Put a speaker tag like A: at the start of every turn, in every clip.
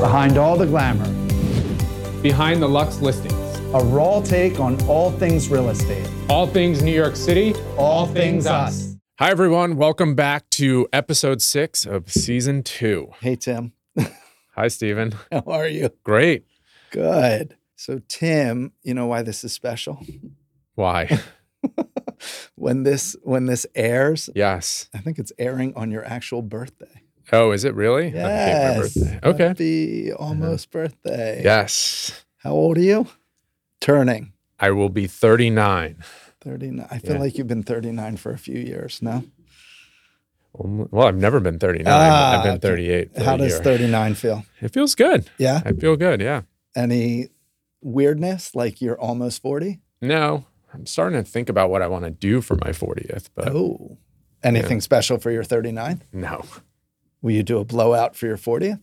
A: Behind all the glamour,
B: Behind the Lux listings,
A: a raw take on all things real estate,
B: all things New York City,
A: all things us.
B: Hi, everyone. Welcome back to episode six of season two.
A: Hey, Tim.
B: Hi, Stephen.
A: How are you?
B: Great.
A: Good. So, Tim, you know why this is special?
B: Why?
A: When this when this airs,
B: Yes.
A: I think it's airing on your actual birthday.
B: Oh, is it really? I
A: Yes.
B: think my birthday. Okay.
A: Happy almost birthday.
B: Yes.
A: How old are you? Turning
B: I will be 39.
A: 39. I feel
B: Yeah.
A: like you've been 39 for a few years now.
B: Well, I've never been 39.
A: Ah,
B: I've been
A: okay.
B: 38. for
A: How
B: a
A: does
B: year.
A: 39 feel?
B: It feels good.
A: Yeah.
B: I feel good. Yeah.
A: Any weirdness like you're almost 40?
B: No, I'm starting to think about what I want to do for my 40th, but
A: Oh. Anything special for your 39th?
B: no.
A: Will you do a blowout for your 40th?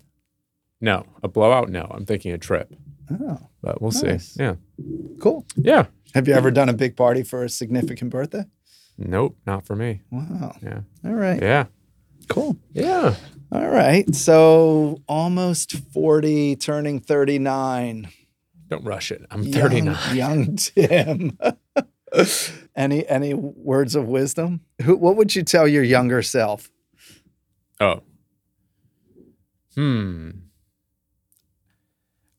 B: No, a blowout. No, I'm thinking a trip,
A: Oh,
B: but we'll
A: Nice.
B: see. Yeah,
A: cool.
B: yeah.
A: Have you ever done a big party for a significant birthday?
B: Nope, not for me.
A: Wow.
B: Yeah,
A: All right.
B: yeah,
A: Cool.
B: yeah.
A: All right. So almost 40, turning 39.
B: Don't rush it. I'm
A: Young-
B: 39.
A: Young Tim. any any words of wisdom? Who, what would you tell your younger self?
B: Oh. Hmm.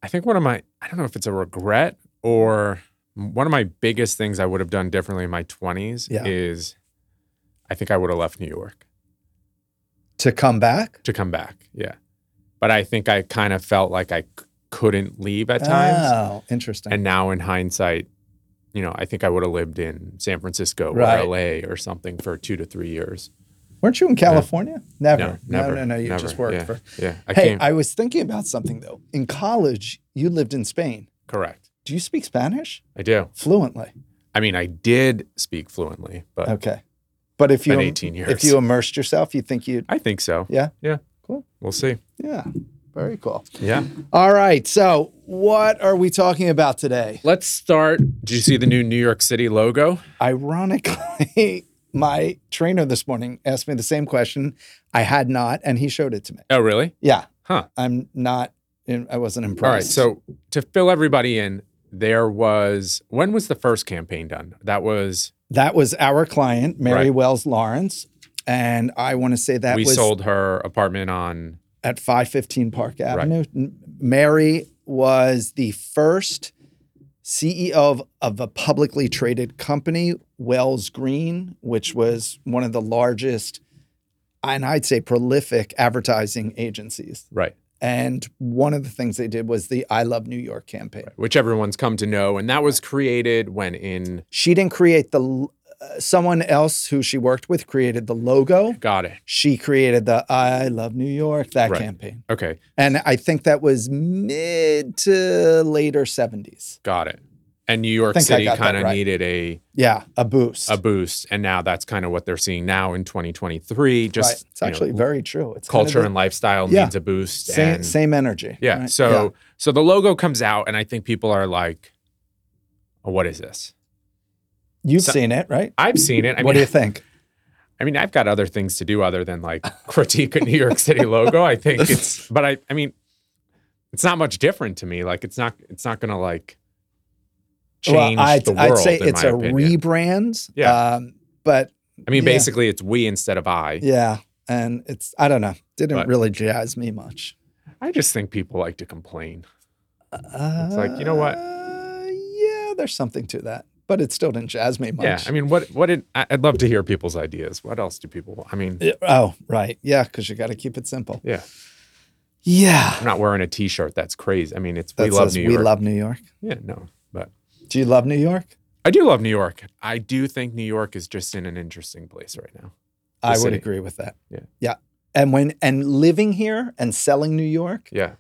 B: I think one of my I don't know if it's a regret or one of my biggest things I would have done differently in my 20s
A: Yeah.
B: is I think I would have left New York.
A: To come back?
B: to come back. Yeah. But I think I kind of felt like I c- couldn't leave at times.
A: Oh, interesting.
B: and now in hindsight, you know, I think I would have lived in San Francisco
A: Right.
B: or LA or something for two to three years.
A: Weren't you in California? Never.
B: No, never.
A: No, no, no. You
B: never.
A: just worked
B: yeah,
A: for.
B: Yeah. I
A: hey,
B: came.
A: I was thinking about something though. In college, you lived in Spain.
B: correct.
A: Do you speak Spanish
B: I do.
A: fluently?
B: I mean, I did speak fluently, but
A: Okay, but if you
B: been
A: im-
B: 18 years.
A: if you immersed yourself, you think you'd
B: I think so.
A: Yeah?
B: Yeah.
A: Cool.
B: We'll see.
A: yeah, very cool.
B: Yeah.
A: All right, so what are we talking about today?
B: Let's start. Did you see the new New York City logo?
A: Ironically, my trainer this morning asked me the same question. I had not, and he showed it to me.
B: Oh, really?
A: Yeah,
B: Huh.
A: I'm not. I wasn't
B: All right.
A: impressed.
B: So to fill everybody in, there was when was the first campaign done? That was
A: that was our client, Mary
B: Right.
A: Wells Lawrence, and I want to say that
B: we
A: was
B: sold her apartment on
A: at 515 Park Avenue. N- Mary was the first CEO of, of a publicly traded company, Wells Green, which was one of the largest and I'd say prolific advertising agencies.
B: right,
A: And one of the things they did was the I Love New York campaign.
B: which everyone's come to know, and that was created when in
A: She didn't create the l- uh, someone else who she worked with created the logo.
B: got it.
A: She created the I Love New York that
B: Right.
A: campaign.
B: Okay,
A: And I think that was mid to later 70s.
B: got it. And New York
A: Think I
B: City
A: got that
B: kind of
A: right.
B: needed a
A: Yeah, a boost.
B: a boost, and now that's kind of what they're seeing now in 2023. Just
A: right. It's
B: you know,
A: actually very true. It's
B: culture
A: kind
B: and
A: of
B: lifestyle
A: Yeah.
B: needs a boost.
A: the same,
B: and,
A: same energy.
B: yeah.
A: right?
B: So so the logo comes out, and I think people are like, oh, "What is this?"
A: Yeah. you've
B: so-
A: seen it, right?
B: I've seen it. I
A: what
B: mean,
A: do you think?
B: I mean, I've got other things to do other than like critique a New York City logo. I think it's, but I, I mean, it's not much different to me. Like, it's not, it's not gonna like change
A: I'd,
B: the world.
A: I'd say
B: in
A: it's
B: my
A: a
B: opinion.
A: rebrand.
B: Yeah.
A: Um, but
B: I mean,
A: yeah.
B: basically, it's we instead of I.
A: yeah, and it's, I don't know, didn't
B: But-
A: really jazz me much.
B: I just think people like to complain.
A: Uh,
B: like, you know what?
A: Yeah, there's something to that, but it still didn't jazz me much.
B: Yeah, I mean, what, what did I, I'd love to hear people's ideas. What else do people? want? I mean,
A: Yeah, oh, right. Yeah, because you got to keep it simple.
B: yeah,
A: Yeah.
B: I'm not wearing a T-shirt. That's crazy. I mean, it's
A: That
B: we love
A: says,
B: New
A: we
B: York.
A: love New York.
B: yeah, no, but
A: Do you love New York?
B: I do love New York. I do think New York is just in an interesting place right now. the
A: I would
B: city.
A: agree with that.
B: Yeah.
A: Yeah. And when and living here and selling New York,
B: Yeah.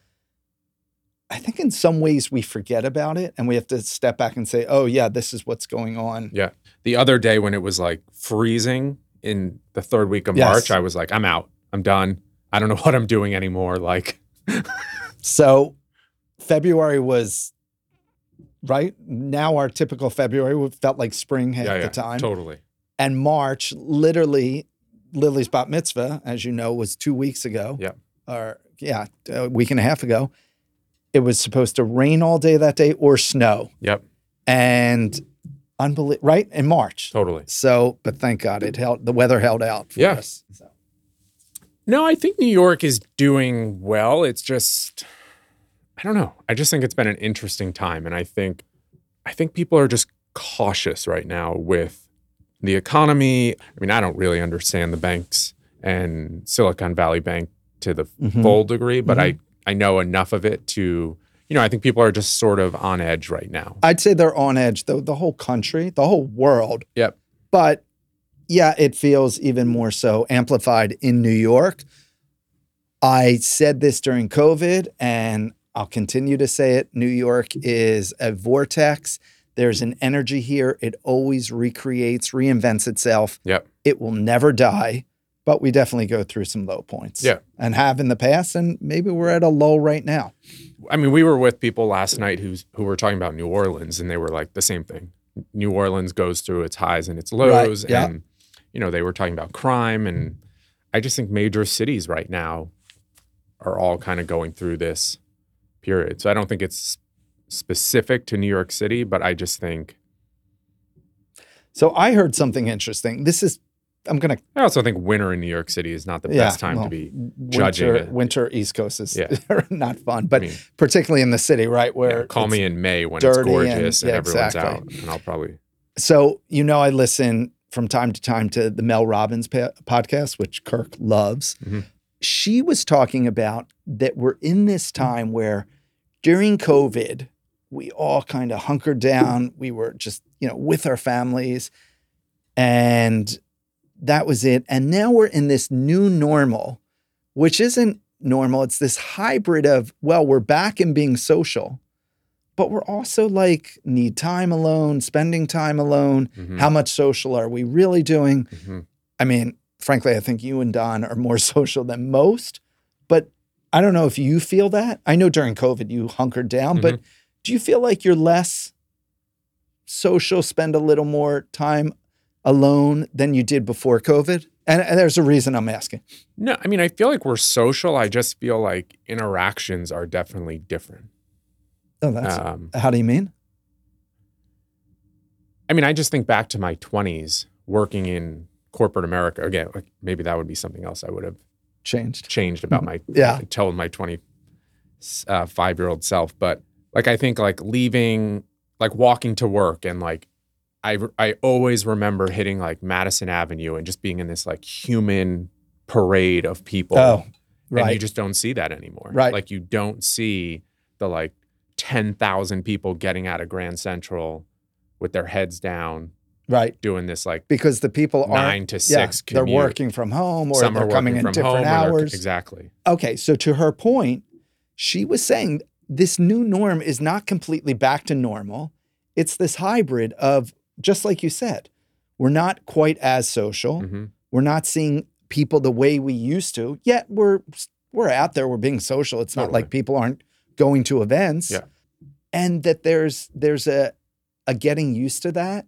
A: I think in some ways we forget about it and we have to step back and say, "Oh yeah, this is what's going on."
B: Yeah. The other day when it was like freezing in the third week of
A: Yes.
B: March, I was like, I'm out. I'm done. I don't know what I'm doing anymore. Like,
A: So February was right now our typical February would- felt like spring half
B: yeah,
A: the
B: yeah,
A: time.
B: totally.
A: And March literally Lily's bat mitzvah, as you know, was 2 weeks ago.
B: Yeah.
A: Or yeah, a week and a half ago, it was supposed to rain all day that day or snow.
B: Yep.
A: And unbelievable, right? In March.
B: Totally.
A: So, but thank God it held, the weather held out for
B: Yeah.
A: us. So.
B: No, I think New York is doing well. It's just I don't know. I just think it's been an interesting time and I think I think people are just cautious right now with the economy. I mean, I don't really understand the banks and Silicon Valley Bank to the
A: Mhm.
B: full degree, but I I know enough of it to you know, I think people are just sort of on edge right now.
A: I'd say they're on edge, though, the whole country, the whole world.
B: Yep.
A: But yeah, it feels even more so amplified in New York. I said this during COVID, and I'll continue to say it. New York is a vortex. There's an energy here. It always recreates, reinvents itself.
B: Yep.
A: It will never die, but we definitely go through some low points.
B: Yeah.
A: And have in the past, and maybe we're at a lull right now.
B: I mean, we were with people last night who's who were talking about New Orleans, and they were like the same thing. New Orleans goes through its highs and its lows,
A: yeah.
B: and you know they were talking about crime, and I just think major cities right now are all kind of going through this period. So I don't think it's specific to New York City, but I just think
A: So I heard something interesting. This is, I'm going to
B: I also think winter in New York City is not the
A: Yeah,
B: best time
A: well,
B: to be. judging
A: winter,
B: it.
A: winter East Coast is
B: Yeah.
A: not fun, but
B: I mean,
A: particularly in the city, right? Where
B: yeah, call
A: it's-
B: me in May when it's
A: dirty and-
B: gorgeous and,
A: yeah,
B: everyone's
A: exactly.
B: out, and I'll probably
A: So you know, I listen from time to time to the Mel Robbins pa- podcast, which Kirk loves.
B: Mhm.
A: She was talking about that we're in this time where during COVID, we all kind of hunkered down. We were just, you know, with our families, and that was it. And now we're in this new normal, which isn't normal. It's this hybrid of, well, we're back in being social, but we're also like need time alone, spending time alone.
B: mhm,
A: How much social are we really doing?
B: mhm.
A: I mean, frankly, I think you and Don are more social than most, but I don't know if you feel that. I know during COVID you hunkered down, but
B: Mm-hmm.
A: do you feel like you're less social, spend a little more time alone than you did before COVID? And, and there's a reason I'm asking.
B: No, I mean, I feel like we're social. I just feel like interactions are definitely different.
A: Oh, that's
B: Um,
A: how do you mean?
B: I mean, I just think back to my 20s working in corporate America. Again, like maybe that would be something else I would have
A: Changed.
B: changed about my,
A: Yeah.
B: told uh, my 25 year old self. But like, I think like leaving, like walking to work and like, I, I always remember hitting like Madison Avenue and just being in this like human parade of people.
A: Oh,
B: and you
A: right.
B: just don't see that anymore.
A: Right.
B: Like you don't see the like ten thousand people getting out of Grand Central with their heads down
A: Right.
B: doing this like
A: Because the people are
B: nine to six.
A: yeah, they're
B: commute.
A: working from home or
B: Some
A: they're
B: are
A: coming
B: working
A: in
B: from home.
A: different
B: or they're-
A: hours.
B: Exactly.
A: Okay, so to her point, she was saying this new norm is not completely back to normal. It's this hybrid of just like you said, we're not quite as social.
B: hmm
A: We're not seeing people the way we used to. Yet we're we're out there, we're being social. It's not
B: Totally.
A: like people aren't going to events.
B: Yeah.
A: And that there's there's a a getting used to that.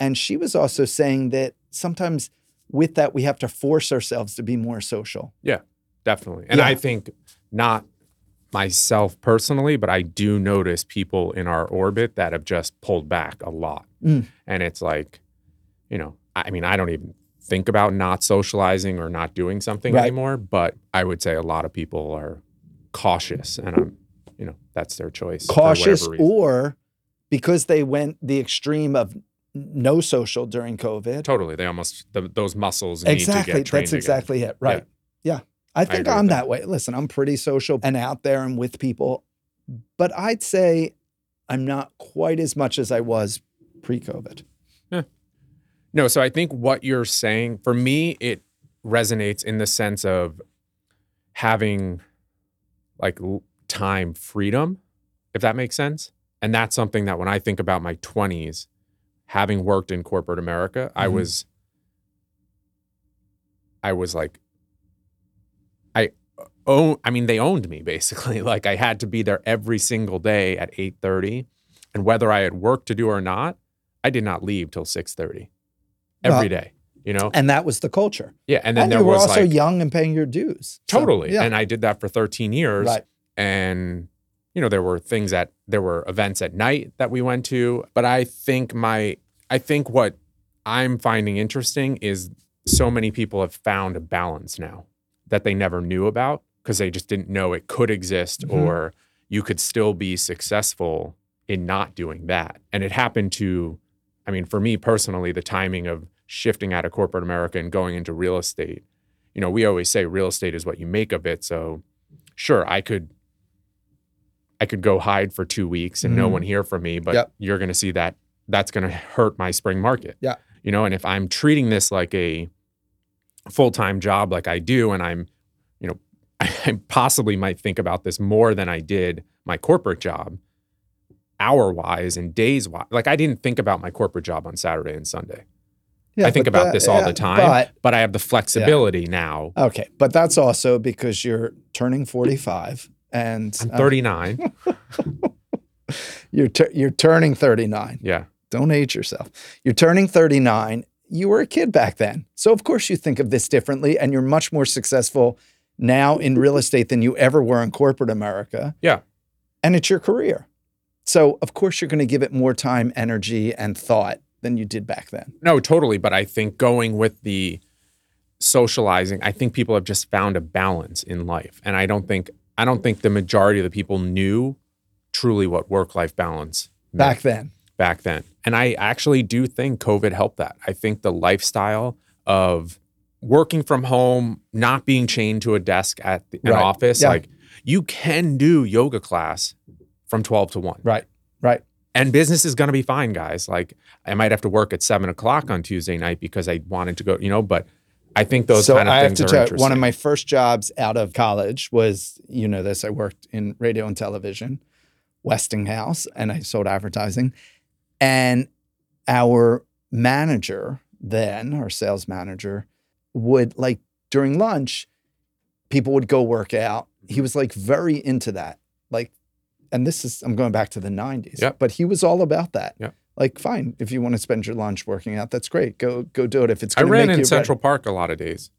A: And she was also saying that sometimes with that we have to force ourselves to be more social.
B: Definitely. And
A: Yeah.
B: I think not myself personally, but I do notice people in our orbit that have just pulled back a lot.
A: Mm.
B: And it's like, you know, I mean, I don't even think about not socializing or not doing something
A: Right.
B: anymore, but I would say a lot of people are cautious and I'm, you know, that's their choice. for whatever
A: cautious
B: reason.
A: or because they went the extreme of n- no social during COVID.
B: totally. They almost, th those muscles need to
A: Exactly.
B: get trained
A: That's exactly it. Right. Yeah. I think
B: agree
A: I
B: with
A: am
B: that.
A: that way. Listen, I'm pretty social and out there and with people, but I'd say I'm not quite as much as I was pre COVID.
B: No, so I think what you're saying for me, it resonates in the sense of having like l- time freedom, if that makes sense. And that's something that when I think about my 20s, having worked in corporate America, I
A: Mhm.
B: was, I was like, I uh, own. I mean, they owned me basically. Like I had to be there every single day at 8:30, and whether I had work to do or not, I did not leave till 6:30 every
A: Well,
B: day. You know,
A: And that was the culture.
B: yeah. And then
A: and
B: there
A: you were
B: was
A: also
B: like
A: young and paying your dues. So,
B: totally,
A: yeah.
B: and I did that for 13 years.
A: right.
B: and you know there were things at there were events at night that we went to but i think my i think what i'm finding interesting is so many people have found a balance now that they never knew about because they just didn't know it could exist
A: Mhm.
B: or you could still be successful in not doing that and it happened to i mean for me personally the timing of shifting out of corporate america and going into real estate you know we always say real estate is what you make of it so sure i could i could go hide for two weeks and no
A: Mhm.
B: one hear from me but
A: Yep.
B: you're going to see that that's going to hurt my spring market
A: Yeah.
B: you know and if i'm treating this like a full-time job like i do and i'm you know i possibly might think about this more than i did my corporate job hour wise and days wise like i didn't think about my corporate job on saturday and sunday
A: Yeah,
B: i think
A: but
B: about
A: that-
B: this all
A: yeah,
B: the time
A: But
B: but i have the flexibility now
A: Okay, but that's also because you're turning 45 and
B: i'm
A: uh,
B: 39
A: you're tu- you're turning 39.
B: yeah
A: Don't age yourself. You're turning 39. You were a kid back then. So of course you think of this differently and you're much more successful now in real estate than you ever were in corporate America.
B: Yeah.
A: And it's your career. So of course you're going to give it more time, energy and thought than you did back then.
B: No, totally. But I think going with the socializing, I think people have just found a balance in life, and I don't think I don't think the majority of the people knew truly what work life balance meant
A: Back then.
B: back then. And I actually do think COVID helped that. I think the lifestyle of working from home, not being chained to a desk at the, an
A: Right.
B: office,
A: Yeah.
B: like you can do yoga class from twelve to one
A: Right. Right.
B: and business is going to be fine, guys. Like I might have to work at seven o'clock on Tuesday night because I wanted to go, you know, but I think those
A: so
B: kind of
A: I have
B: things
A: to
B: are
A: tell you,
B: interesting.
A: one of my first jobs out of college was you know this I worked in radio and television, Westinghouse, and I sold advertising, and our manager then, our sales manager, would like during lunch, people would go work out. He was like very into that, like, and this is I'm going back to the '90s,
B: Yep.
A: but he was all about that.
B: Yep.
A: Like, fine, if you want to spend your lunch working out, that's great. Go go do it. If it's
B: I
A: gonna
B: ran
A: make
B: in
A: you better-
B: Central Park a lot of days.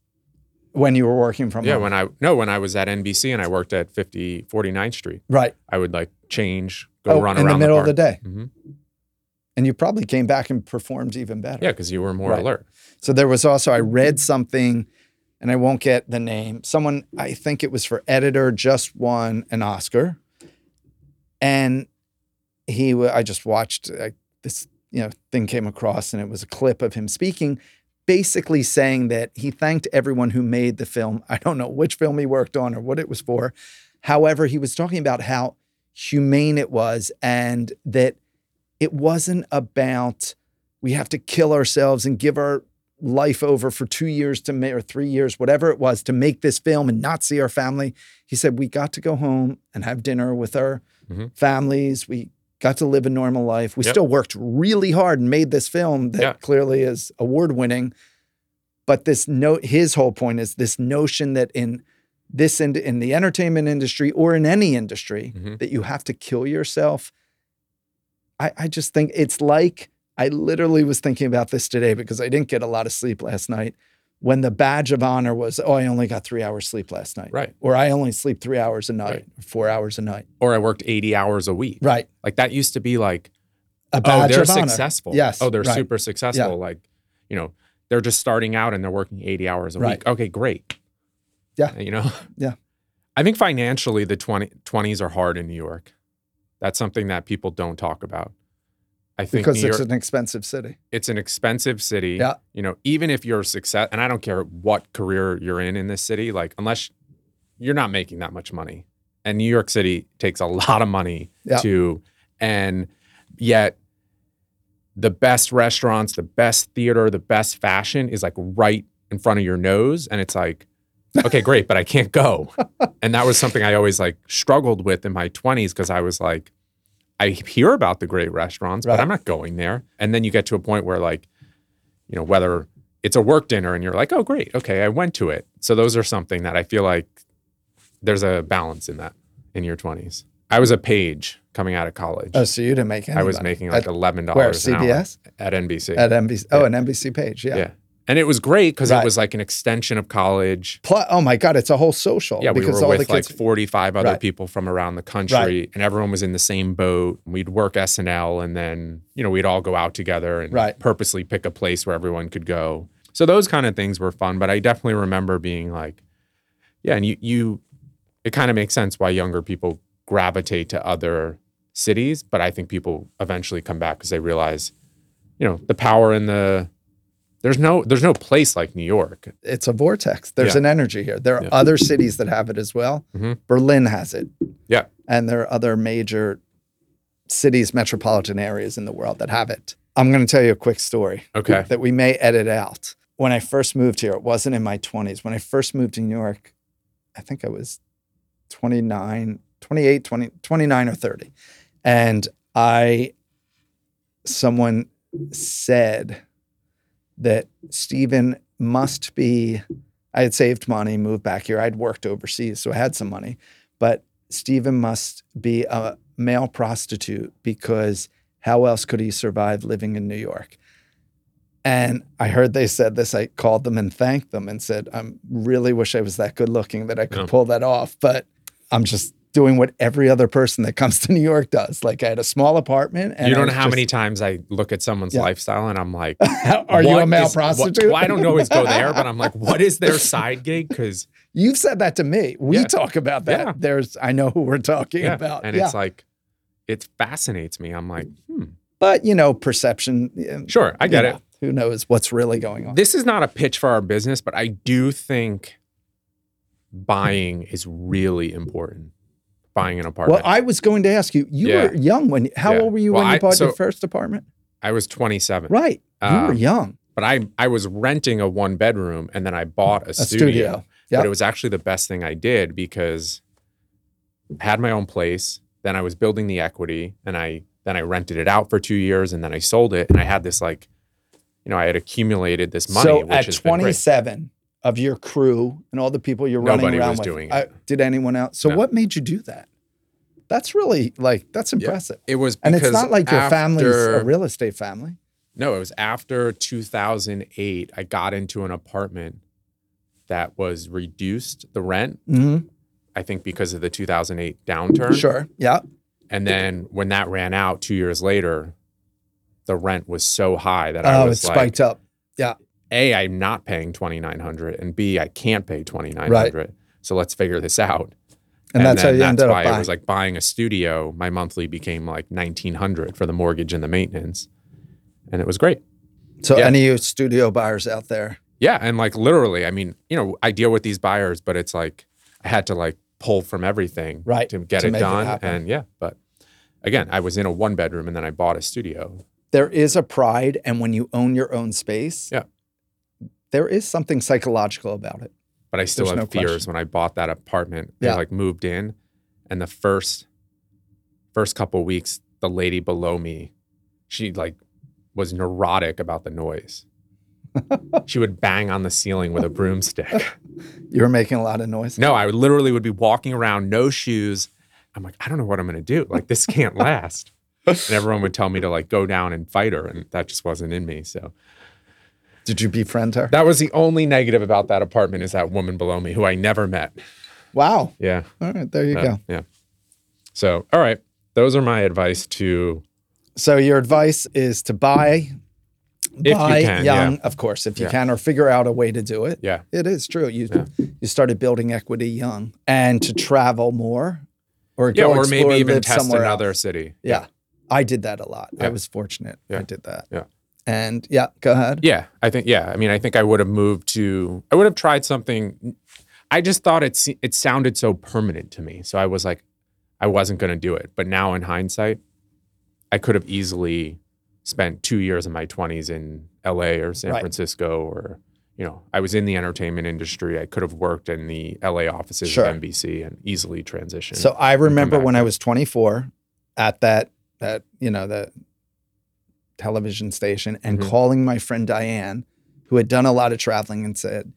A: when you were working from
B: Yeah,
A: home.
B: when I no, when I was at NBC and I worked at 50 49th Street,
A: Right.
B: I would like change, go
A: Oh,
B: run
A: in
B: around
A: the middle of the
B: park.
A: day.
B: hmm
A: And you probably came back and performed even better.
B: Yeah, because you were more
A: Right.
B: alert.
A: So there was also, I read something and I won't get the name. Someone, I think it was for editor, just won an Oscar. And he, wa- I just watched I, this, you know, thing came across and it was a clip of him speaking, basically saying that he thanked everyone who made the film. I don't know which film he worked on or what it was for. However, he was talking about how humane it was and that it wasn't about we have to kill ourselves and give our life over for two years to make or three years, whatever it was, to make this film and not see our family. He said, We got to go home and have dinner with our
B: Mhm.
A: families. We got to live a normal life. We
B: Yep.
A: still worked really hard and made this film that
B: Yeah.
A: clearly is award winning. But this note, his whole point is this notion that in this in, in the entertainment industry or in any industry,
B: Mhm.
A: that you have to kill yourself. I, I just think it's like I literally was thinking about this today because I didn't get a lot of sleep last night. When the badge of honor was, oh, I only got three hours sleep last night,
B: Right.
A: or I only sleep three hours a night,
B: Right.
A: or four hours a night,
B: Or I worked 80 hours a week.
A: right?
B: Like that used to be like,
A: A
B: oh,
A: badge
B: they're
A: of honor.
B: successful.
A: Yes,
B: Oh, they're
A: right.
B: super successful.
A: Yeah.
B: Like, you know, they're just starting out and they're working 80 hours a
A: Right.
B: week. Okay, great. Uh,
A: Yeah.
B: You know?
A: Yeah.
B: I think financially the 20, 20s are hard in New York. That's something that people don't talk about. I think
A: because
B: New
A: it's
B: York,
A: an expensive city.
B: it's an expensive city.
A: Yeah.
B: You know, even if you're success, and I don't care what career you're in in this city, like unless you're not making that much money, and New York City takes a lot of money
A: Yeah.
B: to, and yet the best restaurants, the best theater, the best fashion is like right in front of your nose, and it's like. okay, great, but I can't go. And that was something I always like struggled with in my 20s because I was like, I hear about the great restaurants,
A: Right.
B: but I'm not going there. And then you get to a point where, like, you know, whether it's a work dinner and you're like, oh, great, okay, I went to it. So those are something that I feel like there's a balance in that in your 20s. I was a page coming out of college.
A: Oh, so you didn't make any
B: I was
A: money.
B: making like
A: at,
B: $11
A: where
B: an hour
A: CBS
B: at NBC.
A: at NBC. Oh, an NBC page. Yeah,
B: yeah. And it was great because
A: Right.
B: it was like an extension of college.
A: Pl- oh my God, it's a whole social.
B: Yeah, we
A: Oh, because
B: were
A: all
B: with
A: the
B: like
A: kids.
B: 45 other
A: Right.
B: people from around the country, and everyone was in the same boat. We'd work SNL, and then you know we'd all go out together and
A: Right.
B: purposely pick a place where everyone could go. So those kind of things were fun. But I definitely remember being like, yeah, and you you, it kind of makes sense why younger people gravitate to other cities. But I think people eventually come back because they realize, you know, the power in the there's no there's no place like New York.
A: it's a vortex. There's
B: Yeah.
A: an energy here. There are
B: Yeah.
A: other cities that have it as well.
B: Mhm.
A: Berlin has it.
B: Yeah.
A: And there are other major cities, metropolitan areas in the world that have it. I'm going to tell you a quick story
B: Okay.
A: that we may edit out. When I first moved here, it wasn't in my 20s. When I first moved to New York, I think I was 29, 28, 20, 29 or 30. And I, someone said that Stephen must be, I had saved money, moved back here. I'd worked overseas, so I had some money. But Stephen must be a male prostitute because how else could he survive living in New York? And I heard they said this. I called them and thanked them and said, I really wish I was that good looking that I could
B: Yeah.
A: pull that off. But I'm just doing what every other person that comes to New York does. Like I had a small apartment. And
B: you
A: I
B: don't know
A: was
B: how
A: just-
B: many times I look at someone's
A: Yeah.
B: lifestyle and I'm like,
A: Are you a
B: what
A: male
B: is- what-
A: prostitute?
B: well, I don't always go there, but I'm like, what is their side gig? Because
A: You've said that to me. We
B: Yeah.
A: talk about that.
B: Yeah.
A: There's, I know who we're talking
B: yeah,
A: about.
B: and
A: yeah.
B: it's like, it fascinates me. I'm like, hmm,
A: but you know, perception. yeah,
B: sure, I
A: you
B: get
A: know,
B: it.
A: Who knows what's really going on?
B: This is not a pitch for our business, but I do think buying is really important. Buying an
A: well,
B: apartment.
A: I was going to ask you. You
B: Yeah.
A: were young when. How
B: Yeah.
A: old were you
B: Well,
A: when you
B: I-
A: bought your
B: so-
A: first apartment?
B: I, was 27,
A: Right. you were
B: Um,
A: young.
B: but I I was renting a one bedroom and then I bought a,
A: A studio. Yep.
B: But it was actually the best thing I did because I had my own place. Then I was building the equity, and I then I rented it out for two years, and then I sold it, and I had this like, you know, I had accumulated this money.
A: so
B: which
A: at
B: has been great.
A: 27 of your crew and all the people you're
B: Nobody
A: running around
B: was
A: with,
B: doing it.
A: I- did anyone else? So
B: No.
A: what made you do that? That's really like that's impressive.
B: it was
A: And it's
B: because
A: not like your family's a
B: after-
A: real estate family.
B: No, it was after 2008. I got into an apartment that was reduced the rent.
A: Mm-hmm.
B: I think because of the 2008 downturn.
A: Sure. Yeah.
B: And then when that ran out two years later, the rent was so high that I
A: Oh, it
B: was like,
A: spiked up.
B: A, I'm not paying 2900 and B, I can't pay 2900 So let's figure this out.
A: And, that's how
B: then
A: you ended up
B: why
A: buying.
B: it was like buying a studio. My monthly became like 1900 for the mortgage and the maintenance. And it was great.
A: so
B: yeah.
A: any of you studio buyers out there,
B: Yeah. And like literally, I mean, you know, I deal with these buyers, but it's like I had to like pull from everything
A: Right,
B: to get
A: to
B: it
A: make it
B: done.
A: happen.
B: and yeah, but again, I was in a one bedroom and then I bought a studio.
A: there is a pride, and when you own your own space,
B: Yeah.
A: there is something psychological about it.
B: but I still
A: There's
B: have
A: no
B: fears
A: question.
B: when I bought that apartment.
A: Yeah.
B: I like moved in, and the first first couple weeks, the lady below me, she like was neurotic about the noise. she would bang on the ceiling with a broomstick.
A: You were making a lot of noise.
B: No, I would literally would be walking around no shoes. I'm like, I don't know what I'm gonna do. Like this can't last. and everyone would tell me to like go down and fight her, and that just wasn't in me. So
A: Did you befriend her?
B: that was the only negative about that apartment is that woman below me who I never met.
A: Wow.
B: Yeah.
A: All right, there you
B: Yeah,
A: go.
B: Yeah. So, all right. Those are my advice to
A: So your advice is to buy,
B: you
A: buy
B: can,
A: young, of course, if you
B: Yeah.
A: can, or figure out a way to do it.
B: yeah.
A: It is true. You you started building equity young, and to travel more, or
B: Yeah,
A: go
B: or
A: explore,
B: maybe even
A: live
B: test
A: somewhere
B: another
A: else.
B: city.
A: Yeah. I did that a lot. I
B: Yeah.
A: was fortunate. I
B: Yeah.
A: did that.
B: Yeah.
A: And yeah, go ahead.
B: Yeah, I think yeah. I mean, I think I would have moved to I would have tried something I just thought it se- it sounded so permanent to me. So I was like I wasn't going to do it. But now in hindsight, I could have easily spent 2 years of my 20s in LA or San
A: Right.
B: Francisco or you know, I was in the entertainment industry. I could have worked in the LA offices
A: Sure.
B: of NBC and easily transitioned.
A: So I remember
B: back
A: when I
B: then.
A: was 24 at that that you know that television station and
B: Mhm.
A: calling my friend Diane who had done a lot of traveling and said,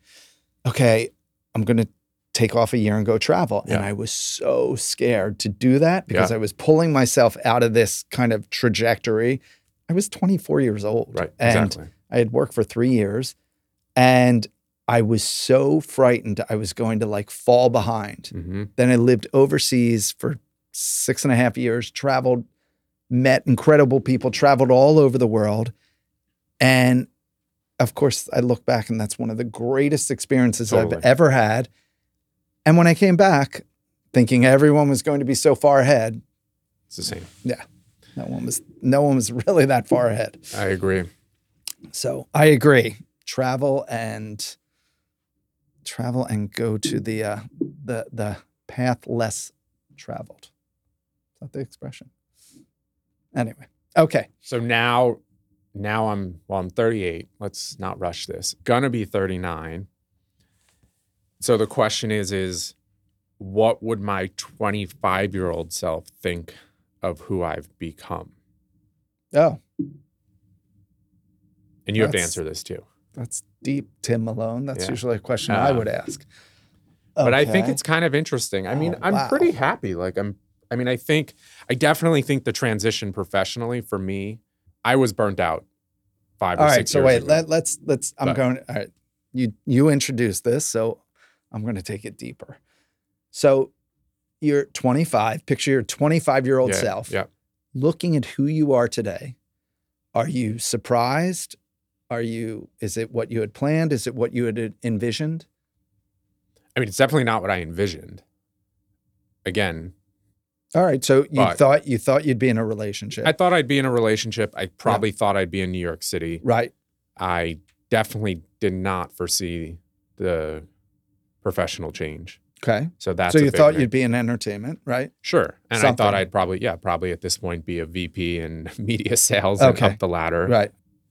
A: "Okay, I'm going to take off a year and go travel." And
B: Yeah.
A: I was so scared to do that because I was pulling myself out of this kind of trajectory. I was 24 years old.
B: right,
A: And
B: exactly.
A: I had worked for three years And I was so frightened I was going to like fall behind.
B: hmm
A: Then I lived overseas for six and a half years, traveled, met incredible people, traveled all over the world. And of course, I look back and that's one of the greatest experiences
B: Totally.
A: I've ever had. And when I came back, thinking everyone was going to be so far ahead,
B: It's the same.
A: no one was no one was really that far ahead.
B: I agree.
A: So I agree. Travel and travel and go to the uh, the the path less traveled. Is that the expression? Anyway, okay.
B: So now, now I'm well. I'm 38. Let's not rush this. Gonna be 39. So the question is, is what would my 25 year old self think of who I've become?
A: Oh,
B: And you have to
A: That's-
B: answer this too.
A: that's deep, Tim Malone. That's
B: Yeah.
A: usually a question I
B: Um,
A: would ask.
B: But I think
A: Okay.
B: it's kind of interesting. I mean,
A: Oh,
B: I'm
A: wow.
B: pretty happy. Like I'm. I mean, I think I definitely think the transition professionally for me, I was burnt out five
A: all
B: or
A: right.
B: six
A: So
B: years
A: wait,
B: ago.
A: let, let's let's. I'm
B: But-
A: going. All right, you you introduced this, so I'm going to take it deeper. So you're 25. Picture your 25 year old
B: Yeah,
A: self.
B: Yeah.
A: looking at who you are today, are you surprised? Are you, is it what you had planned? Is it what you had envisioned?
B: I mean, it's definitely not what I envisioned. Again,
A: All right. So you
B: But-
A: thought, you thought you'd be in a relationship,
B: I thought I'd be in a relationship. I probably thought I'd be in New York City.
A: right?
B: I definitely did not foresee the professional change.
A: Okay.
B: So that's
A: so
B: a
A: you
B: big
A: thought
B: thing.
A: you'd be in entertainment, right?
B: sure, and I
A: Something.
B: thought I'd probably yeah probably at this point be a VP in media sales and
A: Okay.
B: up the ladder.
A: Right.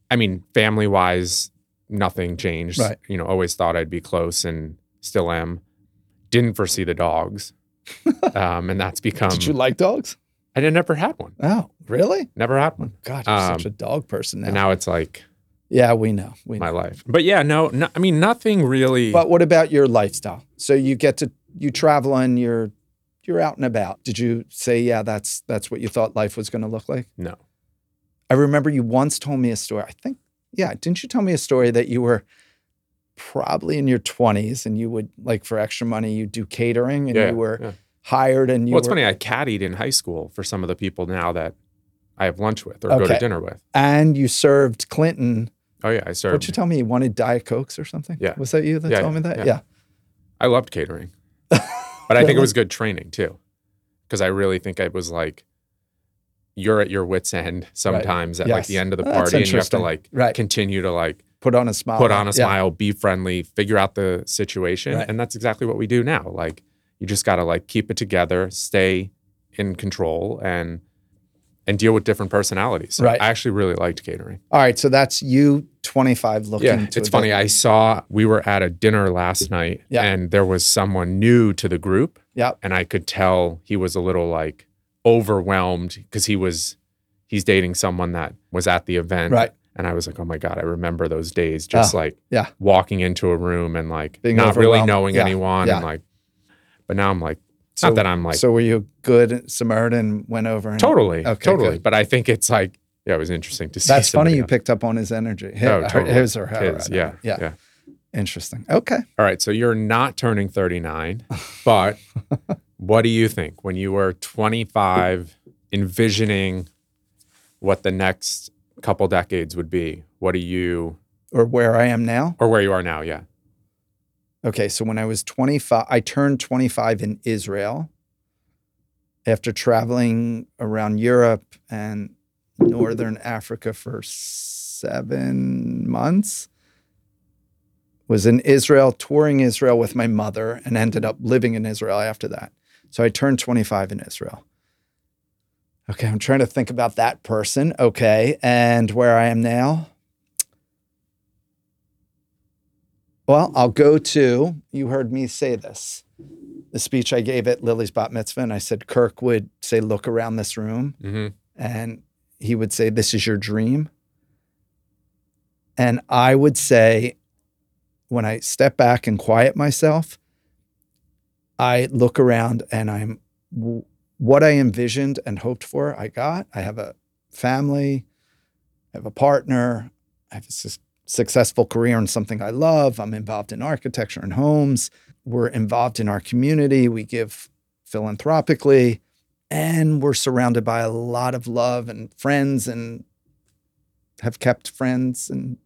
B: I mean, family wise, nothing changed.
A: Right.
B: You know, always thought I'd be close and still am. Didn't foresee the dogs, um, and that's become
A: Did you like dogs?
B: I didn't never had one.
A: Oh, really?
B: Never had one.
A: God, you're such
B: Um,
A: a dog person now.
B: And now it's like
A: yeah, we know. We
B: my
A: know.
B: life. But yeah, no, no I mean nothing really.
A: But what about your lifestyle? So you get to, you travel and you're, you're out and about. Did you say, yeah, that's, that's what you thought life was going to look like?
B: no.
A: I remember you once told me a story. I think, yeah, didn't you tell me a story that you were probably in your 20s and you would like for extra money you do catering and
B: Yeah.
A: you were
B: yeah.
A: hired and you
B: well, it's
A: were
B: funny. I caddied in high school for some of the people now that I have lunch with or go to
A: Okay.
B: dinner with.
A: and you served Clinton.
B: Oh yeah, I
A: What
B: served.
A: you tell me? You wanted Diet Cokes or something?
B: Yeah.
A: Was that you that
B: Yeah,
A: told me
B: yeah,
A: that?
B: yeah.
A: Yeah.
B: I loved catering, but I think it
A: Really?
B: was good training too, because I really think I was like, you're at your wits end sometimes at like
A: Yes.
B: the end of the
A: That's
B: party, and you have to
A: interesting.
B: like
A: Right.
B: continue to like
A: Put on a smile.
B: put on a
A: Yeah.
B: smile, be friendly, figure out the situation.
A: Right.
B: And that's exactly what we do now. Like you just gotta like keep it together, stay in control and and deal with different personalities. So
A: Right.
B: I actually really liked catering.
A: All right. So that's you 25 looking
B: Yeah.
A: to
B: It's
A: a
B: funny.
A: bit-
B: I saw we were at a dinner last night
A: Yeah.
B: and there was someone new to the group
A: Yep.
B: and I could tell he was a little like overwhelmed because he was he's dating someone that was at the event.
A: Right. Ah,
B: And I was like, oh my God, I remember those days just like
A: yeah.
B: walking into a room and like
A: Being
B: not really
A: overwhelmed.
B: knowing
A: Yeah,
B: anyone.
A: yeah.
B: And like but now I'm like it's
A: So,
B: not that I'm like
A: so were you a good Samaritan went over and
B: totally.
A: Okay,
B: totally.
A: good.
B: But I think it's like yeah, it was interesting to see.
A: That's funny
B: somebody
A: you
B: else.
A: picked up on his energy. His,
B: Oh, totally.
A: his or her.
B: Kids,
A: I don't
B: yeah,
A: know.
B: yeah.
A: Yeah. Interesting. Okay.
B: All right. So you're not turning 39, but what do you think when you were 25, envisioning what the next couple decades would be? What do you,
A: Or where I am now.
B: or where you are now? Yeah.
A: Okay, so when I was 25, I turned 25 in Israel after traveling around Europe and northern Africa for 7 months. Was in Israel touring Israel with my mother and ended up living in Israel after that. So I turned 25 in Israel. Okay, I'm trying to think about that person. Okay, and where I am now. Well, I'll go to, you heard me say this, the speech I gave at Lily's Bat Mitzvah. And I said, Kirk would say, look around this room.
B: hmm
A: And he would say, this is your dream. And I would say, when I step back and quiet myself, I look around and I'm what I envisioned and hoped for, I got. I have a family, I have a partner, I have a sus- successful career in something I love. I'm involved in architecture and homes. We're involved in our community. We give philanthropically. And we're surrounded by a lot of love and friends and have kept friends and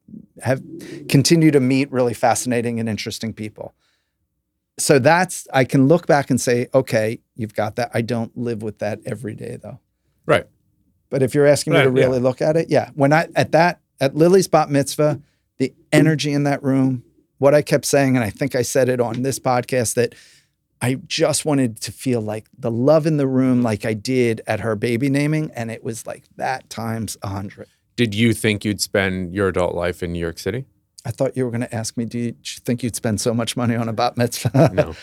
A: have continued to meet really fascinating and interesting people. So that's, I can look back and say, okay, you've got that. I don't live with that every day though.
B: Right.
A: But if you're asking me to
B: Right, yeah.
A: really look at it, yeah. When I at that at Lily's bat mitzvah, the energy in that room, what I kept saying, and I think I said it on this podcast that I just wanted to feel like the love in the room, like I did at her baby naming, and it was like that times a hundred.
B: Did you think you'd spend your adult life in New York City?
A: I thought you were going to ask me, do you, do you think you'd spend so much money on a bat mitzvah?
B: No.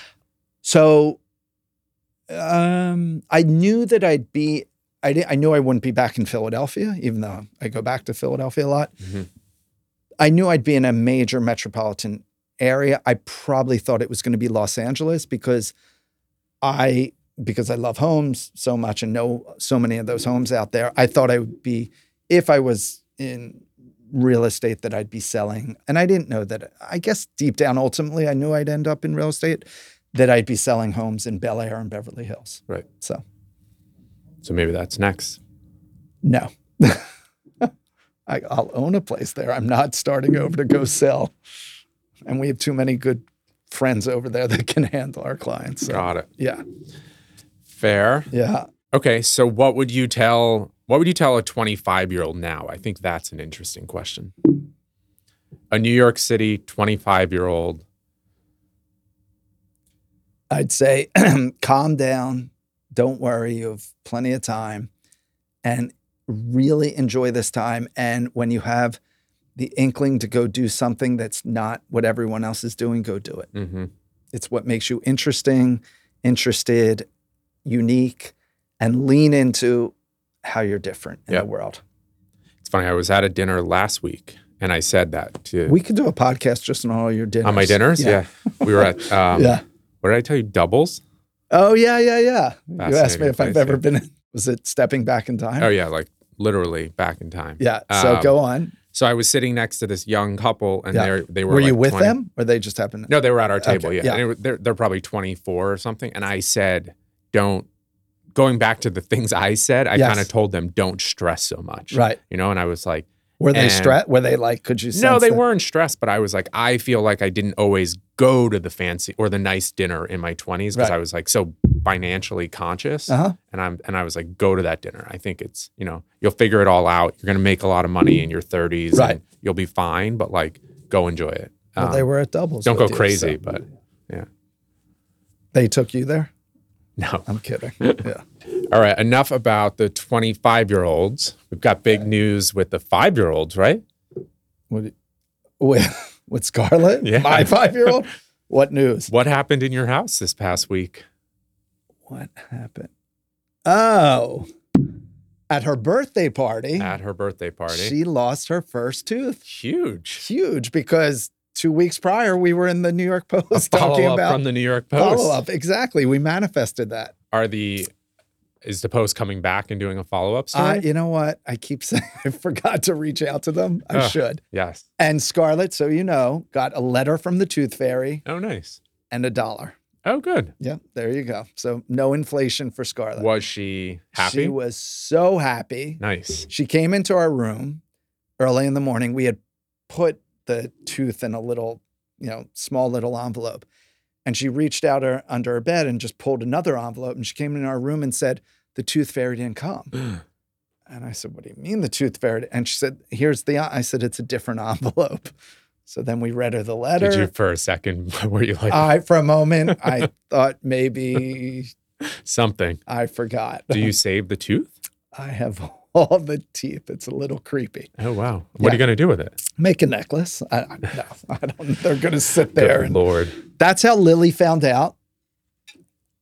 A: So um, I knew that I'd be, I, di- I knew I wouldn't be back in Philadelphia, even though I go back to Philadelphia a lot.
B: Mhm.
A: I knew I'd be in a major metropolitan area. I probably thought it was going to be Los Angeles because I, because I love homes so much and know so many of those homes out there. I thought I would be, if I was in real estate, that I'd be selling. And I didn't know that, I guess deep down, ultimately, I knew I'd end up in real estate that I'd be selling homes in Bel Air and Beverly Hills.
B: Right.
A: So,
B: So maybe that's next.
A: no. I, I'll own a place there. I'm not starting over to go sell. And we have too many good friends over there that can handle our clients. So,
B: Got it.
A: yeah.
B: Fair.
A: Yeah.
B: Okay. So what would you tell what would you tell a 25 year old now? I think that's an interesting question. A New York City 25 year old.
A: I'd say calm down. Don't worry. You have plenty of time and really enjoy this time. And when you have the inkling to go do something that's not what everyone else is doing, go do it.
B: Mm-hmm.
A: It's what makes you interesting, interested, unique, and lean into how you're different in
B: Yeah.
A: the world.
B: It's funny. I was at a dinner last week and I said that to
A: We could do a podcast just on all your dinners.
B: on my dinners. Yeah. We were at um,
A: yeah.
B: what did I tell you? Doubles?
A: Oh, yeah, yeah, yeah. You asked me
B: Fascinating
A: if I've
B: place,
A: ever
B: yeah.
A: been in, was it stepping back in time?
B: Oh yeah, like literally back in time.
A: Yeah. So
B: Um,
A: go on.
B: So I was sitting next to this young couple and
A: Yeah.
B: they're they were
A: Were you
B: like
A: with
B: 20
A: them or they just happened?
B: No, they were at our table.
A: Okay,
B: Yeah,
A: yeah.
B: And they were- they're they're probably 24 or something. And I said, don't. Going back to the things I said, I
A: Yes.
B: kind of told them, don't stress so much.
A: Right.
B: You know, and I was like,
A: Were they
B: And-
A: stressed? Were they like, could you sense
B: no, they
A: that-
B: weren't stressed, but I was like, I feel like I didn't always go to the fancy or the nice dinner in my 20s because
A: Right.
B: I was like so financially conscious.
A: Uh-huh.
B: And I'm and I was like, go to that dinner. I think it's, you know, you'll figure it all out. You're gonna make a lot of money in your 30s.
A: Right.
B: And you'll be fine, but like go enjoy it.
A: Well,
B: Um,
A: they were at doubles.
B: don't go
A: with you,
B: crazy,
A: so-
B: but yeah.
A: They took you there?
B: No.
A: I'm kidding. yeah.
B: All right, enough about the 25 year olds. We've got big news with the five year olds, right?
A: What, do- with, with Scarlett,
B: Yeah.
A: my five year old? What news?
B: What happened in your house this past week?
A: What happened? Oh, at her birthday party,
B: At her birthday party.
A: she lost her first tooth.
B: Huge.
A: Huge because two weeks prior, we were in the New York
B: A
A: Post talking
B: follow up
A: about
B: from the New York
A: follow
B: Post.
A: up. Exactly. We manifested that.
B: Are the is the Post coming back and doing a follow up
A: Uh,
B: story?
A: you know what? I keep saying I forgot to reach out to them. I
B: Ugh.
A: should.
B: yes.
A: And Scarlett, so you know, got a letter from the tooth fairy
B: Oh, nice.
A: and a dollar.
B: Oh, good.
A: Yeah, there you go. So no inflation for Scarlett.
B: Was she happy?
A: Uh, She was so happy.
B: nice.
A: She came into our room early in the morning. We had put the tooth in a little, you know, small little envelope. And she reached out her, under her bed and just pulled another envelope. And she came in our room and said, The tooth fairy didn't come. And I said, What do you mean the tooth fairy? And she said, Here's the, en-" I said, It's a different envelope. So then we read her Uh, the letter.
B: Did you for a second were you like
A: I, for a moment, I thought maybe
B: something?
A: I forgot.
B: Do you save the tooth?
A: I have all the teeth. It's a little creepy.
B: Oh wow. What are you gonna do with it?
A: make a necklace. I, I, no, I don't. They're going to sit there.
B: Good
A: And
B: Lord.
A: that's how Lily found out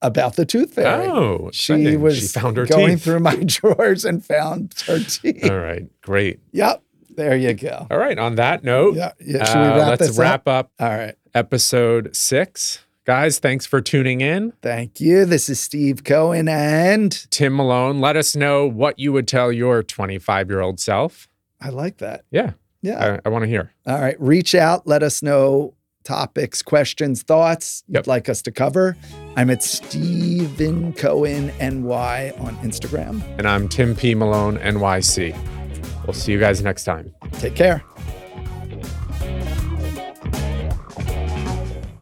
A: about the tooth fairy.
B: Oh,
A: she
B: exciting.
A: was
B: she found her
A: going
B: teeth.
A: through my drawers and found her teeth.
B: All right, great.
A: Yep, there you go.
B: All right. On that note,
A: Yeah, yeah. Should we
B: uh,
A: wrap
B: let's
A: this up?
B: wrap up?
A: All right.
B: episode six. Guys, thanks for tuning in.
A: Thank you. This is Steve Cohen, and
B: Tim Malone, let us know what you would tell your 25 year old self.
A: I like that.
B: Yeah.
A: Yeah.
B: I, I want to hear.
A: All right. Reach out. Let us know topics, questions, thoughts
B: Yep.
A: you'd like us to cover. I'm at Stephen Cohen NY on Instagram.
B: And I'm Tim P. Malone, NYC. We'll see you guys next time.
A: Take care.